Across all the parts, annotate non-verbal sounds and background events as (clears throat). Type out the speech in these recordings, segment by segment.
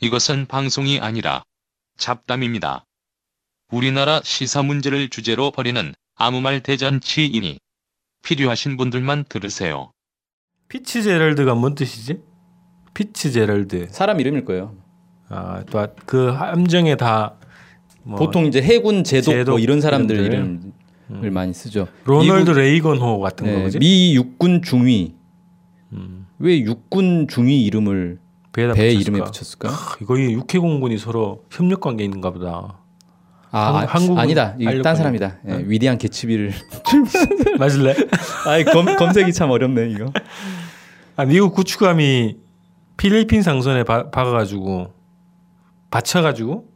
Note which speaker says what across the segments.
Speaker 1: 이것은 방송이 아니라 잡담입니다. 우리나라 시사 문제를 주제로 벌이는 아무 말 대잔치이니 필요하신 분들만 들으세요.
Speaker 2: 피치 제럴드가 뭔 뜻이지? 피치 제럴드.
Speaker 3: 사람 이름일 거예요.
Speaker 2: 아, 또 그 함정에 다 뭐,
Speaker 3: 보통 이제 해군 제독,
Speaker 2: 제독
Speaker 3: 뭐 이런 사람들
Speaker 2: 이름들.
Speaker 3: 이름을 많이 쓰죠.
Speaker 2: 음. 로널드
Speaker 3: 미국-
Speaker 2: 레이건호 같은
Speaker 3: 네,
Speaker 2: 거지.
Speaker 3: 미 육군 중위.
Speaker 2: 음.
Speaker 3: 왜 육군 중위 이름을
Speaker 2: 배에다
Speaker 3: 배
Speaker 2: 붙였을까?
Speaker 3: 이름에 붙였을까?
Speaker 2: 크, 이거 이 육해공군이 서로 협력 관계 있는가 보다.
Speaker 3: 아,
Speaker 2: 한- 한국은 네.
Speaker 3: 아, 아니다. 이거
Speaker 2: 알려고
Speaker 3: 딴 사람이다. 예, 위대한 개츠비를. (laughs)
Speaker 2: 맞을래?
Speaker 3: 아이 검, 검색이 참 어렵네 이거.
Speaker 2: 아, 미국 구축함이 필리핀 상선에 바, 박아가지고 받쳐가지고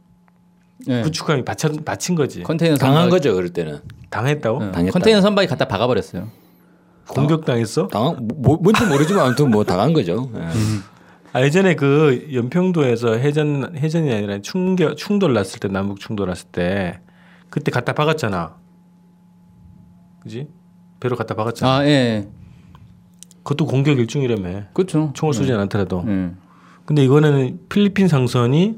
Speaker 3: 예,
Speaker 2: 구축함이 받쳐, 받친 예. 거지.
Speaker 3: 컨테이너
Speaker 4: 당한
Speaker 3: 선박-
Speaker 4: 거죠 그럴 때는
Speaker 2: 당했다고?
Speaker 3: 예,
Speaker 4: 당했다.
Speaker 3: 컨테이너 선박이 갖다 박아버렸어요.
Speaker 2: 공격당했어?
Speaker 4: 당한 뭐, 뭔지 모르지만 아무튼 뭐 당한 (laughs) 거죠. 예.
Speaker 2: 아, 예전에 그 연평도에서 해전 해전이 아니라 충격 충돌 났을 때 남북 충돌 났을 때 그때 갖다 박았잖아. 그지? 배로 갖다 박았잖아.
Speaker 3: 아 예, 예,
Speaker 2: 그것도 공격 일종이라며.
Speaker 3: 그렇죠.
Speaker 2: 총을 쏘지 않더라도.
Speaker 3: 예.
Speaker 2: 근데 이거는 필리핀 상선이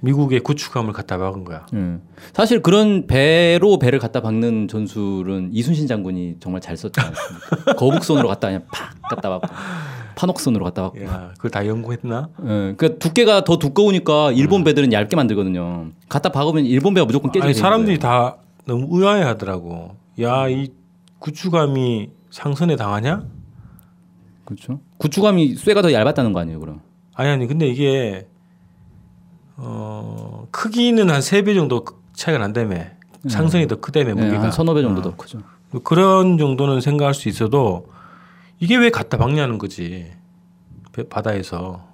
Speaker 2: 미국의 구축함을 갖다 박은 거야.
Speaker 3: 예. 사실 그런 배로 배를 갖다 박는 전술은 이순신 장군이 정말 잘
Speaker 2: (laughs)
Speaker 3: 썼지 않습니까? 거북선으로 갖다 그냥 팍 갖다 박고 판옥선으로 갖다 박고
Speaker 2: 야, 그걸 다 연구했나?
Speaker 3: 예, 그러니까 두께가 더 두꺼우니까 일본 배들은 얇게 만들거든요. 갖다 박으면 일본 배가 무조건 깨지는
Speaker 2: 네. 아니 사람들이 다 너무 의아해하더라고. 야, 이 구축함이 상선에 당하냐?
Speaker 3: 그렇죠. 구축함이 쇠가 더 얇았다는 거 아니에요, 그럼?
Speaker 2: 아니 아니 근데 이게 어 크기는 한 세 배 정도 차이가 난다며 상승이 더 크다며
Speaker 3: 음. 네,
Speaker 2: 무게가 아. 뭐
Speaker 3: 한 서너 배 정도 더 크죠.
Speaker 2: 그런 정도는 생각할 수 있어도 이게 왜 갖다 박냐는 거지 배- 바다에서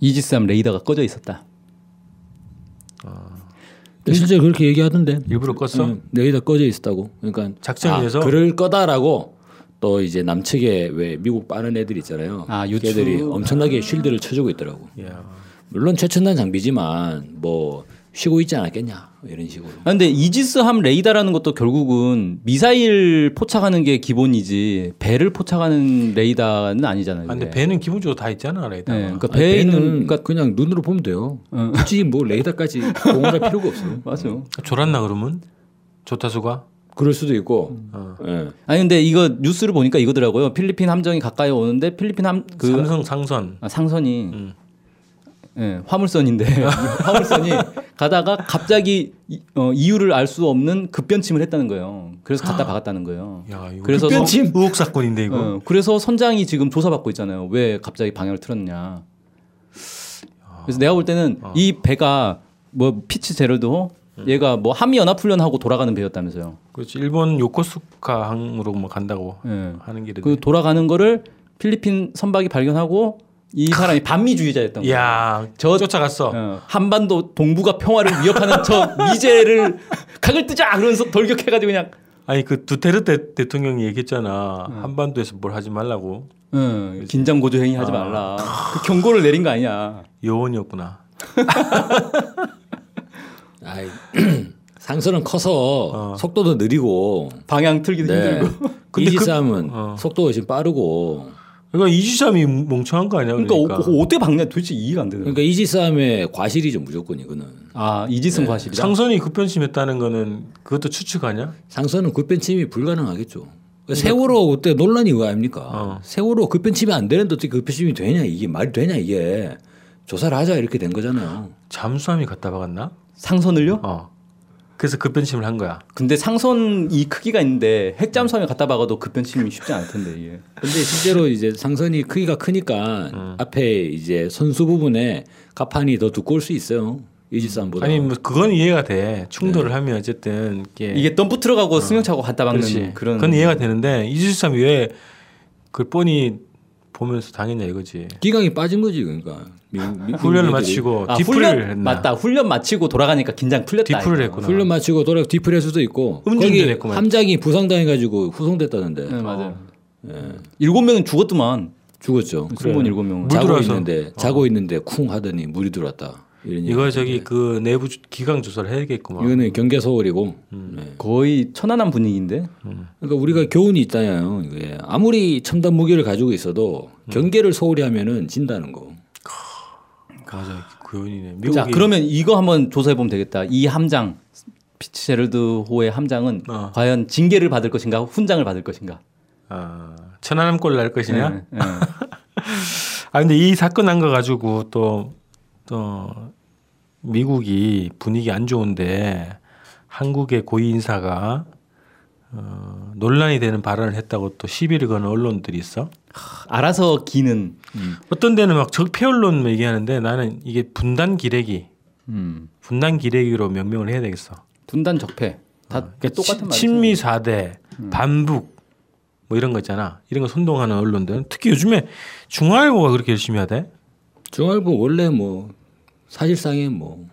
Speaker 3: 이지스함 레이더가 꺼져 있었다.
Speaker 4: 실제 그렇게 얘기하던데.
Speaker 2: 일부러
Speaker 3: 음,
Speaker 2: 껐어
Speaker 4: 응, 레이더 꺼져 있었다고. 그러니까
Speaker 2: 작전에
Speaker 4: 아,
Speaker 2: 의해서?
Speaker 4: 그럴 거다라고 또 이제 남측에 왜 미국 빠른 애들 있잖아요.
Speaker 3: 아,
Speaker 4: 그
Speaker 3: 유추.
Speaker 4: 애들이 엄청나게 쉴드를 쳐주고 있더라고.
Speaker 3: 아,
Speaker 2: 야.
Speaker 4: 물론 최첨단 장비지만 뭐 쉬고 있지 않았겠냐 이런 식으로.
Speaker 3: 아, 근데 이지스함 레이더라는 것도 결국은 미사일 포착하는 게 기본이지 배를 포착하는 레이더는 아니잖아요.
Speaker 2: 아, 근데
Speaker 3: 그게.
Speaker 2: 배는 기본적으로 다 있잖아 레이더
Speaker 3: 예. 네, 그러니까
Speaker 4: 아니,
Speaker 3: 배에 있는
Speaker 4: 배는
Speaker 3: 그러니까
Speaker 4: 그냥 눈으로 보면 돼요. 굳이 뭐 레이더까지 동원할 필요가 없어요.
Speaker 3: 맞아요.
Speaker 2: 졸았나 그러면 조타수가
Speaker 4: 그럴 수도 있고.
Speaker 2: 어.
Speaker 4: 예.
Speaker 3: 아니 근데 이거 뉴스를 보니까 이거더라고요. 필리핀 함정이 가까이 오는데 필리핀 함그
Speaker 2: 삼성 상선
Speaker 3: 아, 상선이
Speaker 2: 음.
Speaker 3: 예,
Speaker 2: (laughs)
Speaker 3: 화물선인데 (laughs) 화물선이 가다가 갑자기 이, 어, 이유를 알 수 없는 급변침을 했다는 거예요. 그래서 갖다 박았다는 거예요.
Speaker 2: 아. 야 이거
Speaker 3: 그래서
Speaker 2: 흑변침? 의혹 사건인데 이거
Speaker 3: 어, 그래서 선장이 지금 조사받고 있잖아요. 왜 갑자기 방향을 틀었냐. 그래서 내가 볼 때는
Speaker 2: 아.
Speaker 3: 이 배가 뭐 피치 제럴드호 얘가 뭐 한미 연합 훈련하고 돌아가는 배였다면서요.
Speaker 2: 그렇지 일본 요코스카 항으로 뭐 간다고
Speaker 3: 예.
Speaker 2: 하는 길에
Speaker 3: 그 돌아가는 거를 필리핀 선박이 발견하고 이 사람이 반미주의자였던 거예요.
Speaker 2: 야,
Speaker 3: 저-
Speaker 2: 쫓아갔어.
Speaker 3: 어, 한반도 동북아 평화를 위협하는 저 미제를 각을 뜨자 그러면서 돌격해가지고 그냥
Speaker 2: 아니 그 두테르테 대통령이 얘기했잖아.
Speaker 3: 음.
Speaker 2: 한반도에서 뭘 하지 말라고.
Speaker 3: 어, 긴장 고조 행위 하지 말라 그 경고를 내린 거 아니야
Speaker 2: 여원이었구나.
Speaker 4: 아이, (clears throat) 상선은 커서 속도도 느리고
Speaker 3: 방향 틀기도
Speaker 4: 네.
Speaker 3: 힘들고
Speaker 2: 어. 근데
Speaker 4: (laughs) 이지삼은
Speaker 2: 그- 어.
Speaker 4: 속도가 지금 빠르고
Speaker 2: 그러니까 이주삼이 멍청한 거 아니야?
Speaker 3: 그러니까,
Speaker 2: 그러니까.
Speaker 3: 어, 어, 어떻게 박냐 도대체 이해가 안 되는 거야
Speaker 4: 그러니까 이지삼의 과실이죠 무조건 이거는
Speaker 3: 아 이지승 과실이다
Speaker 2: 상선이 급변침했다는 거는 그것도 추측 아니야?
Speaker 4: 상선은 급변침이 불가능하겠죠. 세월호 그때 논란이 그거 아닙니까?
Speaker 2: 어.
Speaker 4: 세월호 급변침이 안 되는데 어떻게 급변침이 되냐 이게 말이 되냐 이게 조사를 하자 이렇게 된 거잖아요.
Speaker 2: 잠수함이 갖다 박았나?
Speaker 3: 상선을요?
Speaker 2: 어. 그래서 급변침을 한 거야.
Speaker 3: 근데 상선 이 크기가 있는데 핵잠수함에 갖다 박아도 급변침이 쉽지 않을 텐데 이게
Speaker 4: 근데 실제로 이제 상선이 크기가 크니까
Speaker 2: 어.
Speaker 4: 앞에 이제 선수 부분에 가판이 더 두꺼울 수 있어요. 이지삼보다.
Speaker 2: 아니 뭐 그건 이해가 돼. 충돌을 하면 어쨌든 이게,
Speaker 3: 네. 이게 덤프 트럭하고 승용차하고 갖다
Speaker 2: 예. 그렇지.
Speaker 3: 박는
Speaker 2: 그건
Speaker 3: 그런 음.
Speaker 2: 이해가 되는데 이주삼이 왜 그걸 뻔히 보면서 당했냐 이거지.
Speaker 4: 기강이 빠진 거지 그러니까. 미- 미-
Speaker 2: 아, 훈련을
Speaker 4: 미국인들이.
Speaker 2: 마치고
Speaker 3: 아,
Speaker 2: 디프를
Speaker 3: 훈련
Speaker 2: 어, 했나?
Speaker 3: 맞다 훈련 마치고 돌아가니까 긴장 풀렸다
Speaker 2: 디프를
Speaker 3: 이거.
Speaker 2: 했구나.
Speaker 4: 훈련 마치고 돌아 뒤풀할 수도 있고 거기
Speaker 2: 음주운전했구만.
Speaker 4: 함장이 부상당해가지고 후송됐다는데
Speaker 3: 네,
Speaker 2: 어.
Speaker 3: 맞아요.
Speaker 2: 예.
Speaker 3: 일곱 명은 죽었더만.
Speaker 4: 죽었죠.
Speaker 3: 승무원 일곱 명은.
Speaker 2: 물
Speaker 4: 자고
Speaker 2: 들어와서.
Speaker 4: 있는데 자고 있는데 쿵 하더니 물이 들어왔다. 이런
Speaker 3: 예,
Speaker 2: 이거
Speaker 4: 얘기.
Speaker 2: 저기 뭐. 그 내부 주- 기강 조사를 해야겠구만.
Speaker 4: 이거는 경계 서울이고.
Speaker 2: 음. 예.
Speaker 4: 네.
Speaker 3: 거의 천안함 분위기인데.
Speaker 4: 그러니까 우리가 교훈이 있다냐요. 이게 아무리 첨단 무기를 가지고 있어도
Speaker 2: 음.
Speaker 4: 경계를 소홀히 하면은 진다는 거.
Speaker 2: 맞아, 교훈이네. 미국이
Speaker 3: 자, 그러면 이거 한번 조사해 보면 되겠다. 이 함장 피츠제럴드호의 함장은
Speaker 2: 어.
Speaker 3: 과연 징계를 받을 것인가, 훈장을 받을 것인가.
Speaker 2: 아, 천안함골 날 것이냐?
Speaker 3: 네,
Speaker 2: (laughs)
Speaker 3: 네.
Speaker 2: 아 근데 이 사건 난 거 가지고 또 또 미국이 분위기 안 좋은데 한국의 고위 인사가 어, 논란이 되는 발언을 했다고 또 시비를 거는 언론들이 있어.
Speaker 3: 알아서 기는.
Speaker 2: 어떤 데는 막 적폐 언론 뭐 얘기하는데 나는 이게 분단 기레기,
Speaker 3: 음.
Speaker 2: 분단 기레기로 명명을 해야 되겠어.
Speaker 3: 분단 적폐. 다
Speaker 2: 그러니까 친-
Speaker 3: 똑같은 말이죠. 음.
Speaker 2: 친미 사대 반북 뭐 이런 거 있잖아. 이런 거 선동하는 언론들. 특히 요즘에 중앙일보가 그렇게 열심히 하대.
Speaker 4: 중앙일보 원래 뭐 사실상에 뭐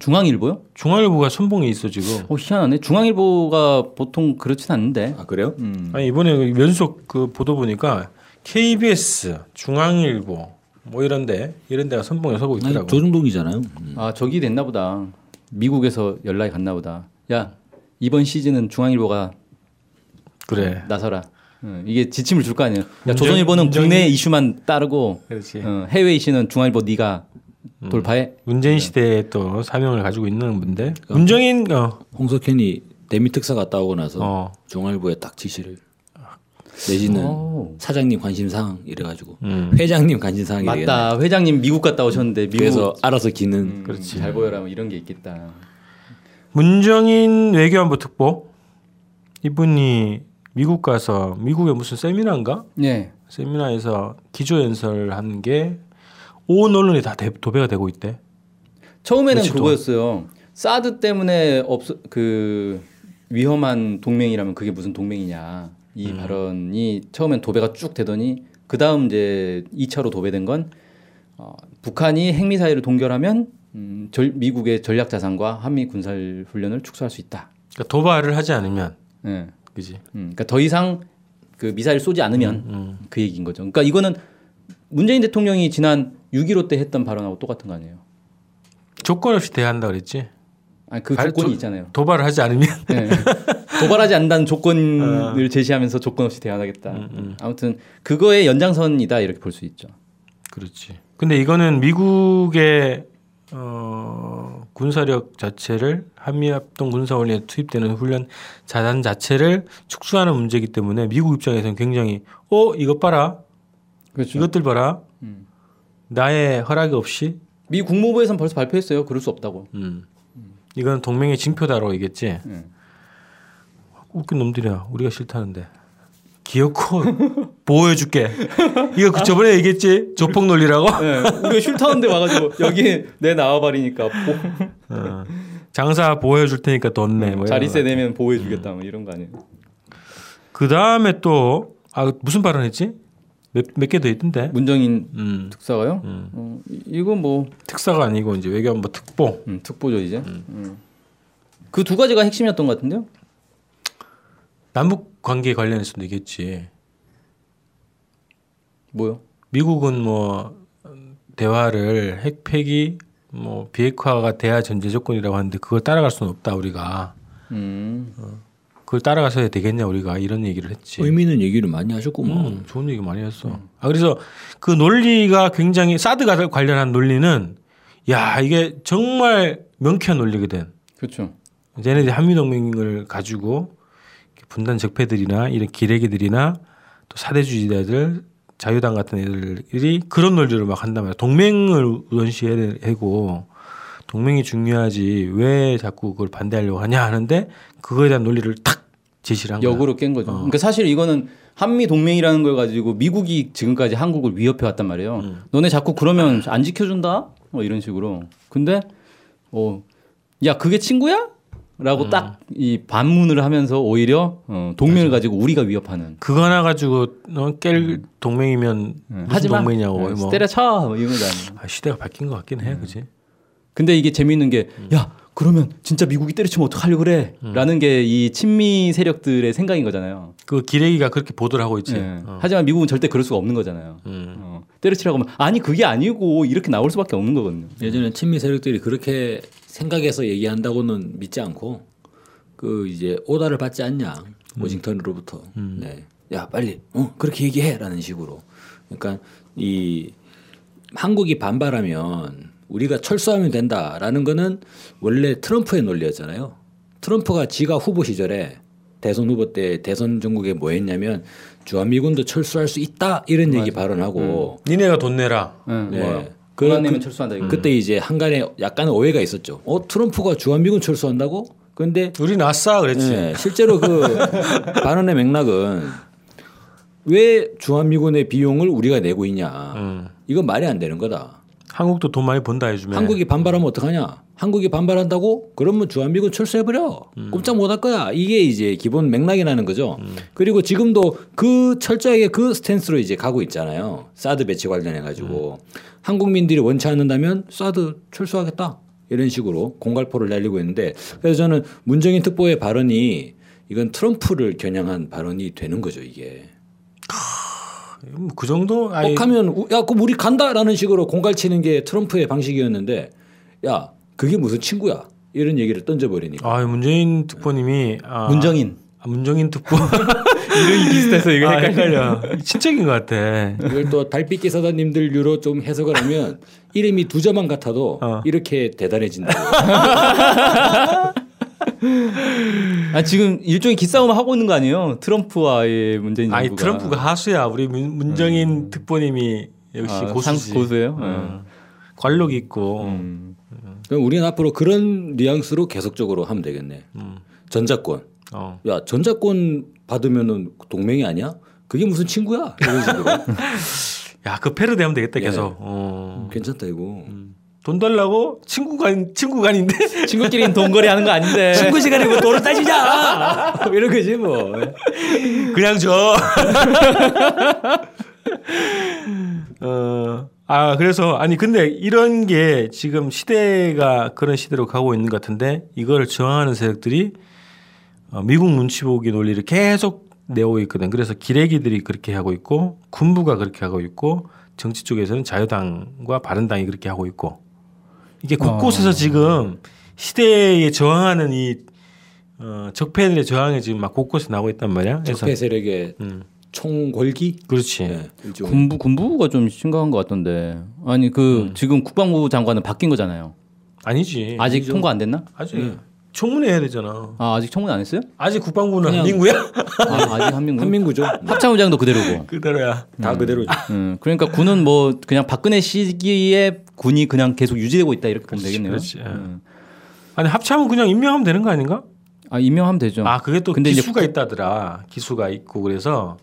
Speaker 3: 중앙일보요?
Speaker 2: 중앙일보가 선봉에 있어 지금.
Speaker 3: 어, 희한하네. 중앙일보가 보통 그렇진 않는데.
Speaker 4: 아, 그래요?
Speaker 3: 음.
Speaker 2: 아니 이번에 그 연속 그 보도 보니까 KBS, 중앙일보 뭐 이런데 이런 데가 선봉에 서고
Speaker 4: 아니,
Speaker 2: 있더라고.
Speaker 4: 조중동이잖아요. 음.
Speaker 3: 아, 저기 됐나 보다. 미국에서 연락이 갔나 보다. 야, 이번 시즌은 중앙일보가
Speaker 2: 그래.
Speaker 3: 나서라. 어, 이게 지침을 줄 거 아니에요. 야,
Speaker 2: 문정-
Speaker 3: 조선일보는
Speaker 2: 문정이-
Speaker 3: 국내 이슈만 따르고
Speaker 2: 그렇지.
Speaker 3: 어, 해외 이슈는 중앙일보 네가
Speaker 4: 음.
Speaker 3: 돌파해.
Speaker 4: 네.
Speaker 2: 문재인 시대에 또 사명을 가지고 있는 분데 문정인 어,
Speaker 4: 홍석현이 대미 특사 갔다 오고 나서
Speaker 2: 어.
Speaker 4: 중앙일보에 딱 지시를 내지는
Speaker 3: 오.
Speaker 4: 사장님 관심 사항 이래가지고
Speaker 2: 음.
Speaker 4: 회장님 관심 사항이 되겠네.
Speaker 3: 맞다. 회장님 미국 갔다 오셨는데 미국
Speaker 4: 그래서 알아서 기는
Speaker 3: 음, 잘 보여라 뭐 이런 게 있겠다.
Speaker 2: 문정인 외교안보 특보 이분이 미국 가서 미국의 무슨 세미나인가
Speaker 3: 예.
Speaker 2: 세미나에서 기조 연설을 한 게 온 언론이 다 대- 도배가 되고 있대.
Speaker 3: 처음에는
Speaker 2: 며칠
Speaker 3: 그거였어요. 사드 때문에 없 그 위험한 동맹이라면 그게 무슨 동맹이냐 이 발언이 처음엔 도배가 쭉 되더니 그 다음 이제 2차로 도배된 건 어, 북한이 핵미사일을 동결하면 음, 절- 미국의 전략 자산과 한미 군살 훈련을 축소할 수 있다.
Speaker 2: 그러니까 도발을 하지 않으면
Speaker 3: 예.
Speaker 2: 그지.
Speaker 3: 음, 그러니까 더 이상 그 미사일 쏘지 않으면 그 얘기인 거죠. 그러니까 이거는 문재인 대통령이 지난 6.15 때 했던 발언하고 똑같은 거 아니에요?
Speaker 2: 조건 없이 대한다 그랬지.
Speaker 3: 아니 그
Speaker 2: 발-
Speaker 3: 조건이
Speaker 2: 조-
Speaker 3: 있잖아요.
Speaker 2: 도발을 하지 않으면 (laughs)
Speaker 3: (laughs) 예. 도발하지 않는다는
Speaker 2: 어.
Speaker 3: 조건을 제시하면서 조건 없이 대안하겠다.
Speaker 2: 음,
Speaker 3: 아무튼 그거의 연장선이다 이렇게 볼 수 있죠.
Speaker 2: 그렇지. 근데 이거는 미국의 어, 군사력 자체를 한미 합동 군사 훈련에 투입되는 훈련 자산 자체를 축소하는 문제이기 때문에 미국 입장에서는 굉장히 어 이것 봐라
Speaker 3: 그렇죠. 음.
Speaker 2: 이것들 봐라 나의 허락 없이
Speaker 3: 미 국무부에서는 벌써 발표했어요. 그럴 수 없다고.
Speaker 2: 음. 이건 동맹의 징표다라고 얘기했지.
Speaker 3: 음.
Speaker 2: 웃긴 놈들이야. 우리가 싫다는데. 기어코 (laughs) 보호해줄게. 이거 그 저번에 얘기했지. 조폭 논리라고.
Speaker 3: 예, (laughs) 우리가 쉴타운데 와가지고 여기 내 나와버리니까
Speaker 2: 어. 장사 보호해줄 테니까 돈 내. 뭐 이런
Speaker 3: 음, 자리세
Speaker 2: 거.
Speaker 3: 내면 보호해주겠다 뭐 이런 거 아니에요?
Speaker 2: 그 다음에 또, 아, 무슨 발언했지? 몇, 몇 개 더 있던데.
Speaker 3: 문정인
Speaker 2: 음.
Speaker 3: 특사가요? 어, 이- 이거 뭐
Speaker 2: 특사가 아니고 이제 외교안보 특보.
Speaker 3: 음, 특보죠 이제. 음. 그 두 가지가 핵심이었던 것 같은데요.
Speaker 2: 남북 관계 관련해서도 얘기했지.
Speaker 3: 뭐요?
Speaker 2: 미국은 뭐, 대화를 핵 폐기, 뭐, 비핵화가 대화 전제 조건이라고 하는데 그걸 따라갈 수는 없다, 우리가.
Speaker 3: 음.
Speaker 2: 그걸 따라가서 해야 되겠냐, 우리가. 이런 얘기를 했지.
Speaker 4: 의미 있는 얘기를 많이 하셨구만.
Speaker 2: 음, 좋은 얘기 많이 했어. 아 그래서 그 논리가 굉장히 사드가 관련한 논리는 야 이게 정말 명쾌한 논리거든.
Speaker 3: 그렇죠.
Speaker 2: 얘네들 한미동맹을 가지고 분단 적폐들이나 이런 기레기들이나 또 사대주의자들 자유당 같은 애들이 그런 논리를 막 한단 말이야. 동맹을 우선시해야 되고 동맹이 중요하지 왜 자꾸 그걸 반대하려고 하냐 하는데 그거에 대한 논리를 탁 제시를 한 거야. 어.
Speaker 3: 역으로 깬 거죠. 그러니까 사실 이거는 한미 동맹이라는 걸 가지고 미국이 지금까지 한국을 위협해 왔단 말이에요.
Speaker 2: 음.
Speaker 3: 너네 자꾸 그러면 안 지켜준다. 뭐 이런 식으로. 근데 어야 그게 친구야?
Speaker 2: 음.
Speaker 3: 라고 딱 이 반문을 하면서 오히려 어, 동맹을 가지고 우리가 위협하는.
Speaker 2: 그거 하나 가지고 어, 깰 동맹이면
Speaker 3: 음.
Speaker 2: 무슨 동맹이냐고
Speaker 3: 어,
Speaker 2: 뭐
Speaker 3: 때려쳐 뭐 이런 거잖아.
Speaker 2: 아, 시대가 바뀐 것 같긴 해, 그지?
Speaker 3: 근데 이게 재미있는 게 야 그러면 진짜 미국이 때려치면 어떡하려고 그래?
Speaker 2: 음.
Speaker 3: 라는 게 이 친미 세력들의 생각인 거잖아요.
Speaker 2: 그 기레기가 그렇게 보도를 하고 있지.
Speaker 3: 예. 하지만 미국은 절대 그럴 수가 없는 거잖아요.
Speaker 2: 음.
Speaker 3: 어, 때려치라고 하면 아니 그게 아니고 이렇게 나올 수밖에 없는 거거든요.
Speaker 4: 예전에 친미 세력들이 그렇게 생각해서 얘기한다고는 믿지 않고 그 이제 오다를 받지 않냐 워싱턴으로부터 네. 야 빨리 어 그렇게 얘기해라는 식으로 그러니까 이 한국이 반발하면 우리가 철수하면 된다라는 거는 원래 트럼프의 논리였잖아요 트럼프가 지가 후보 시절에 대선 후보 때 대선 전국에 뭐 했냐면 주한미군도 철수할 수 있다 이런 얘기 발언하고
Speaker 2: 니네가 돈 내라.
Speaker 4: 네.
Speaker 3: 그, 만 내면 철수한다 이거.
Speaker 4: 그때 이제 한간에 약간의 오해가 있었죠. 어 트럼프가 주한미군 철수한다고? 근데
Speaker 2: 우리 낫싸 그랬지.
Speaker 4: 예, 실제로 그 발언의 맥락은 왜 주한미군의 비용을 우리가 내고 있냐? 이건 말이 안 되는 거다.
Speaker 2: 한국도 돈 많이 번다 해주면.
Speaker 4: 한국이 반발하면 어떡하냐? 한국이 반발한다고? 그러면 주한미군 철수해버려. 꼼짝 못 할 거야. 이게 이제 기본 맥락이라는 거죠. 그리고 지금도 그 철저하게 그 스탠스로 이제 가고 있잖아요. 사드 배치 관련해가지고. 한국민들이 원치 않는다면 사드 철수하겠다. 이런 식으로 공갈포를 날리고 있는데 그래서 저는 문정인 특보의 발언이 이건 트럼프를 겨냥한 발언이 되는 거죠, 이게.
Speaker 2: 음, 그 정도? 아이,
Speaker 4: 꼭하면 우- 야 그럼 우리 간다라는 식으로 공갈치는 게 트럼프의 방식이었는데 야 그게 무슨 친구야 이런 얘기를 던져버리니까
Speaker 2: 아, 문재인 특보님이 아,
Speaker 3: 문정인.
Speaker 2: 아, 문정인 (laughs) 특보
Speaker 3: 이름이 비슷해서 이거
Speaker 2: 아,
Speaker 3: 헷갈려.
Speaker 2: 헷갈려. 친척인 것 같아.
Speaker 4: 이걸 또 달빛기 사단님들류로 좀 해석을 하면 이름이 두 자만 같아도
Speaker 2: 어.
Speaker 4: 이렇게 대단해진다
Speaker 3: 아 지금 일종의 기싸움을 하고 있는 거 아니에요? 트럼프와의 문재인 정부가.
Speaker 2: 아니 트럼프가 하수야. 우리 문, 문정인 특보님이 역시
Speaker 3: 아,
Speaker 2: 고수지.
Speaker 3: 상- 고수예요?
Speaker 2: 어. 관록 있고.
Speaker 3: 음.
Speaker 4: 그럼 우리는 앞으로 그런 뉘앙스로 계속적으로 하면 되겠네 전자권
Speaker 2: 어.
Speaker 4: 야 전자권 받으면은 동맹이 아니야 그게 무슨 친구야 이런 식으로
Speaker 2: 야, 그 패러디 하면 되겠다
Speaker 4: 예.
Speaker 2: 계속. 어.
Speaker 4: 괜찮다 이거
Speaker 2: 돈 달라고 친구가 아닌- 친구가 아닌데
Speaker 3: 친구끼리 동거리 하는 거 아닌데.
Speaker 4: 친구 시간에 뭐 돈을 따지자
Speaker 3: (laughs)
Speaker 4: 이런 거지 뭐
Speaker 3: 예.
Speaker 2: 그냥 줘. (laughs) 어, 아, 그래서, 아니, 근데 이런 게 지금 시대가 그런 시대로 가고 있는 것 같은데 이거를 저항하는 세력들이 어, 미국 눈치 보기 논리를 계속 내오고 있거든. 그래서 기레기들이 그렇게 하고 있고 군부가 그렇게 하고 있고 정치 쪽에서는 자유당과 바른당이 그렇게 하고 있고 이게
Speaker 4: 어.
Speaker 2: 곳곳에서 지금 시대에 저항하는 이 어, 적폐들의 저항이 지금 막 곳곳에 나오고 있단 말이야. 그래서
Speaker 4: 적폐 세력의 총궐기
Speaker 2: 그렇지.
Speaker 4: 네, 일종의.
Speaker 3: 군부 군부가 좀 심각한 것 같던데. 아니 그
Speaker 2: 음.
Speaker 3: 지금 국방부 장관은 바뀐 거잖아요.
Speaker 2: 아니지.
Speaker 3: 아직 음. 통과 안 됐나?
Speaker 2: 아직 청문회 해야 되잖아.
Speaker 3: 아 아직 청문 안 했어요?
Speaker 2: 아직 국방부는
Speaker 4: 그냥-
Speaker 2: 민구야?
Speaker 3: 아, 아직 한민군.
Speaker 4: 한민구죠.
Speaker 3: 합참의장도
Speaker 4: 네.
Speaker 3: 그대로고.
Speaker 2: 그대로야.
Speaker 4: 다 그대로죠.
Speaker 3: 음, 그러니까 군은 뭐 그냥 박근혜 시기에 군이 그냥 계속 유지되고 있다 이렇게 보면 되겠네요.
Speaker 2: 그렇지. 예.
Speaker 3: 음.
Speaker 2: 아니 합참은 그냥 임명하면 되는 거 아닌가?
Speaker 3: 아 임명하면 되죠.
Speaker 2: 아 그게 또
Speaker 3: 근데 이제
Speaker 2: 기수가 있다더라. 기수가 있고 그래서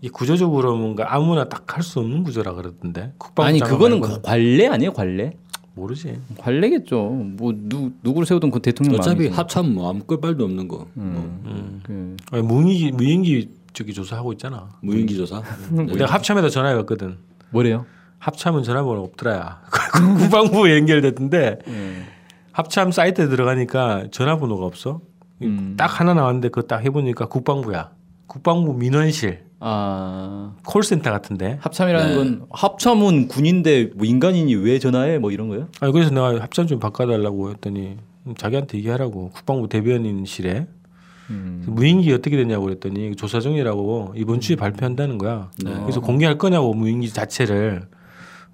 Speaker 2: 이 구조적으로 뭔가 아무나 딱 할 수 없는 구조라 그러던데. 국방부
Speaker 3: 아니
Speaker 2: 장관
Speaker 3: 그거는
Speaker 2: 말고는.
Speaker 3: 관례 아니에요 관례?
Speaker 2: 모르지.
Speaker 3: 관례겠죠. 뭐 누, 누구를 세우든 그 대통령
Speaker 4: 어차피
Speaker 3: 마음이지.
Speaker 4: 합참 뭐 아무 끌발도 없는 거.
Speaker 2: 음.
Speaker 4: 뭐
Speaker 3: 그,
Speaker 2: 아니, 무인기 무인기 저기 조사하고 있잖아.
Speaker 4: 무인기 조사. 뭐
Speaker 2: 내가 합참에다 전화해봤거든.
Speaker 3: 뭐래요?
Speaker 2: 합참은 전화번호 없더라야. (laughs) 국방부 연결됐던데
Speaker 3: 예.
Speaker 2: 합참 사이트에 들어가니까 전화번호가 없어.
Speaker 3: 음.
Speaker 2: 딱 하나 나왔는데 그거 딱 해보니까 국방부야. 국방부 민원실
Speaker 3: 아
Speaker 2: 콜센터 같은데.
Speaker 3: 합참이라는 건 합참은 군인데 뭐 인간인이 왜 전화해 뭐 이런 거예요?
Speaker 2: 아 그래서 내가 합참 좀 바꿔달라고 했더니 음, 자기한테 얘기하라고 국방부 대변인실에
Speaker 3: 음.
Speaker 2: 그래서 무인기 어떻게 됐냐고 그랬더니 조사 중이라고 이번 주에 발표한다는 거야.
Speaker 3: 네.
Speaker 2: 그래서 공개할 거냐고 무인기 자체를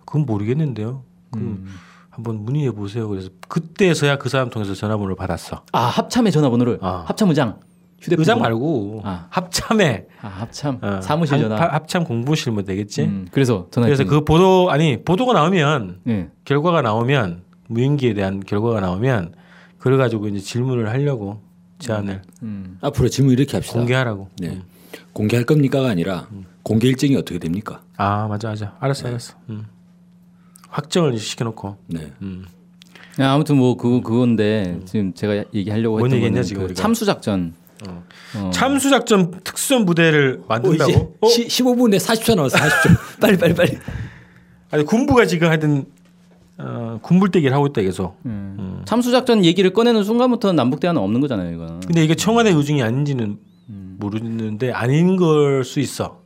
Speaker 2: 그건 모르겠는데요. 그럼
Speaker 3: 음.
Speaker 2: 한번 문의해 보세요. 그래서 그때서야 그 사람 통해서 전화번호를 받았어.
Speaker 3: 아 합참의 전화번호를
Speaker 2: 아.
Speaker 3: 합참 의장 휴대폰
Speaker 2: 의장
Speaker 3: 번호.
Speaker 2: 말고
Speaker 3: 아.
Speaker 2: 합참에
Speaker 3: 아 합참
Speaker 2: 어,
Speaker 3: 사무실
Speaker 2: 한-
Speaker 3: 전화
Speaker 2: 파- 합참 공부실 뭐 되겠지.
Speaker 3: 음, 그래서 전화했더니
Speaker 2: 그래서 그 보도 아니 보도가 나오면
Speaker 3: 예.
Speaker 2: 결과가 나오면 무인기에 대한 결과가 나오면 그래 가지고 이제 질문을 하려고 제안을
Speaker 3: 음.
Speaker 4: 앞으로 질문 이렇게 합시다.
Speaker 2: 공개하라고.
Speaker 4: 네. 공개할 겁니까가 아니라 공개 일정이 어떻게 됩니까?
Speaker 2: 아 맞아 맞아 알았어 알았어.
Speaker 3: 네.
Speaker 2: 음. 확정을 시켜놓고
Speaker 4: 네.
Speaker 3: 야, 아무튼 뭐 그거 그건데 지금 제가 얘기하려고
Speaker 2: 음. 뭔
Speaker 3: 했던
Speaker 2: 얘기했냐,
Speaker 3: 거는
Speaker 2: 지금
Speaker 3: 그
Speaker 2: 우리가?
Speaker 3: 참수 작전 어.
Speaker 2: 참수 작전 특수전 부대를 만든다고?
Speaker 4: 어, (laughs) 이제 시, 15분에 40초 나왔어. 40초. 빨리 빨리 빨리.
Speaker 2: 아니 군부가 지금 하여튼 어, 군불대기를 하고 있다 계속. 음.
Speaker 3: 참수작전 얘기를 꺼내는 순간부터 남북 대화는 없는 거잖아요, 이거는.
Speaker 2: 근데
Speaker 4: 음.
Speaker 2: 이게 청와대 의중이 아닌지는 모르는데 아닌 걸 수 있어.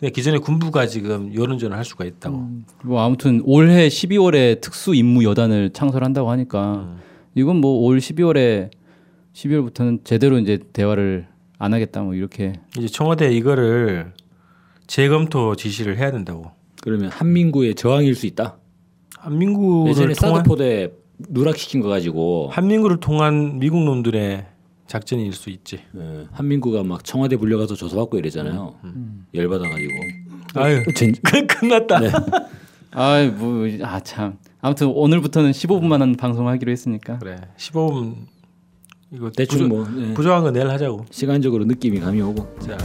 Speaker 2: 근데 기존의 군부가 지금 여론전을 할 수가 있다고.
Speaker 4: 음.
Speaker 3: 뭐 아무튼 올해 12월에 특수 임무 여단을 창설한다고
Speaker 2: 음.
Speaker 3: 하니까 이건 뭐 올 12월에 12월부터는 제대로 이제 대화를 안 하겠다 뭐 이렇게
Speaker 2: 이제 청와대 이거를 재검토 지시를 해야 된다고.
Speaker 4: 그러면 한민구의 저항일 수 있다.
Speaker 2: 한민구를
Speaker 4: 예전에
Speaker 2: 통한
Speaker 4: 사드포대 누락시킨 거 가지고
Speaker 2: 한민구를 통한 미국 놈들의 작전일 수 있지.
Speaker 4: 예, 한민구가 막 청와대 불려가서 조사받고 이랬잖아요.
Speaker 2: 음.
Speaker 4: 열받아가지고
Speaker 2: 아유,
Speaker 4: 젠-
Speaker 2: (laughs) 끝났다.
Speaker 4: 네.
Speaker 3: 아뭐아참 아무튼 오늘부터는 15분만 한 방송하기로 했으니까
Speaker 2: 그래. 15분 이거 부족-
Speaker 4: 대충 뭐 예,
Speaker 2: 부족한 거 내일 하자고.
Speaker 4: 시간적으로 느낌이 감이 오고
Speaker 2: 자,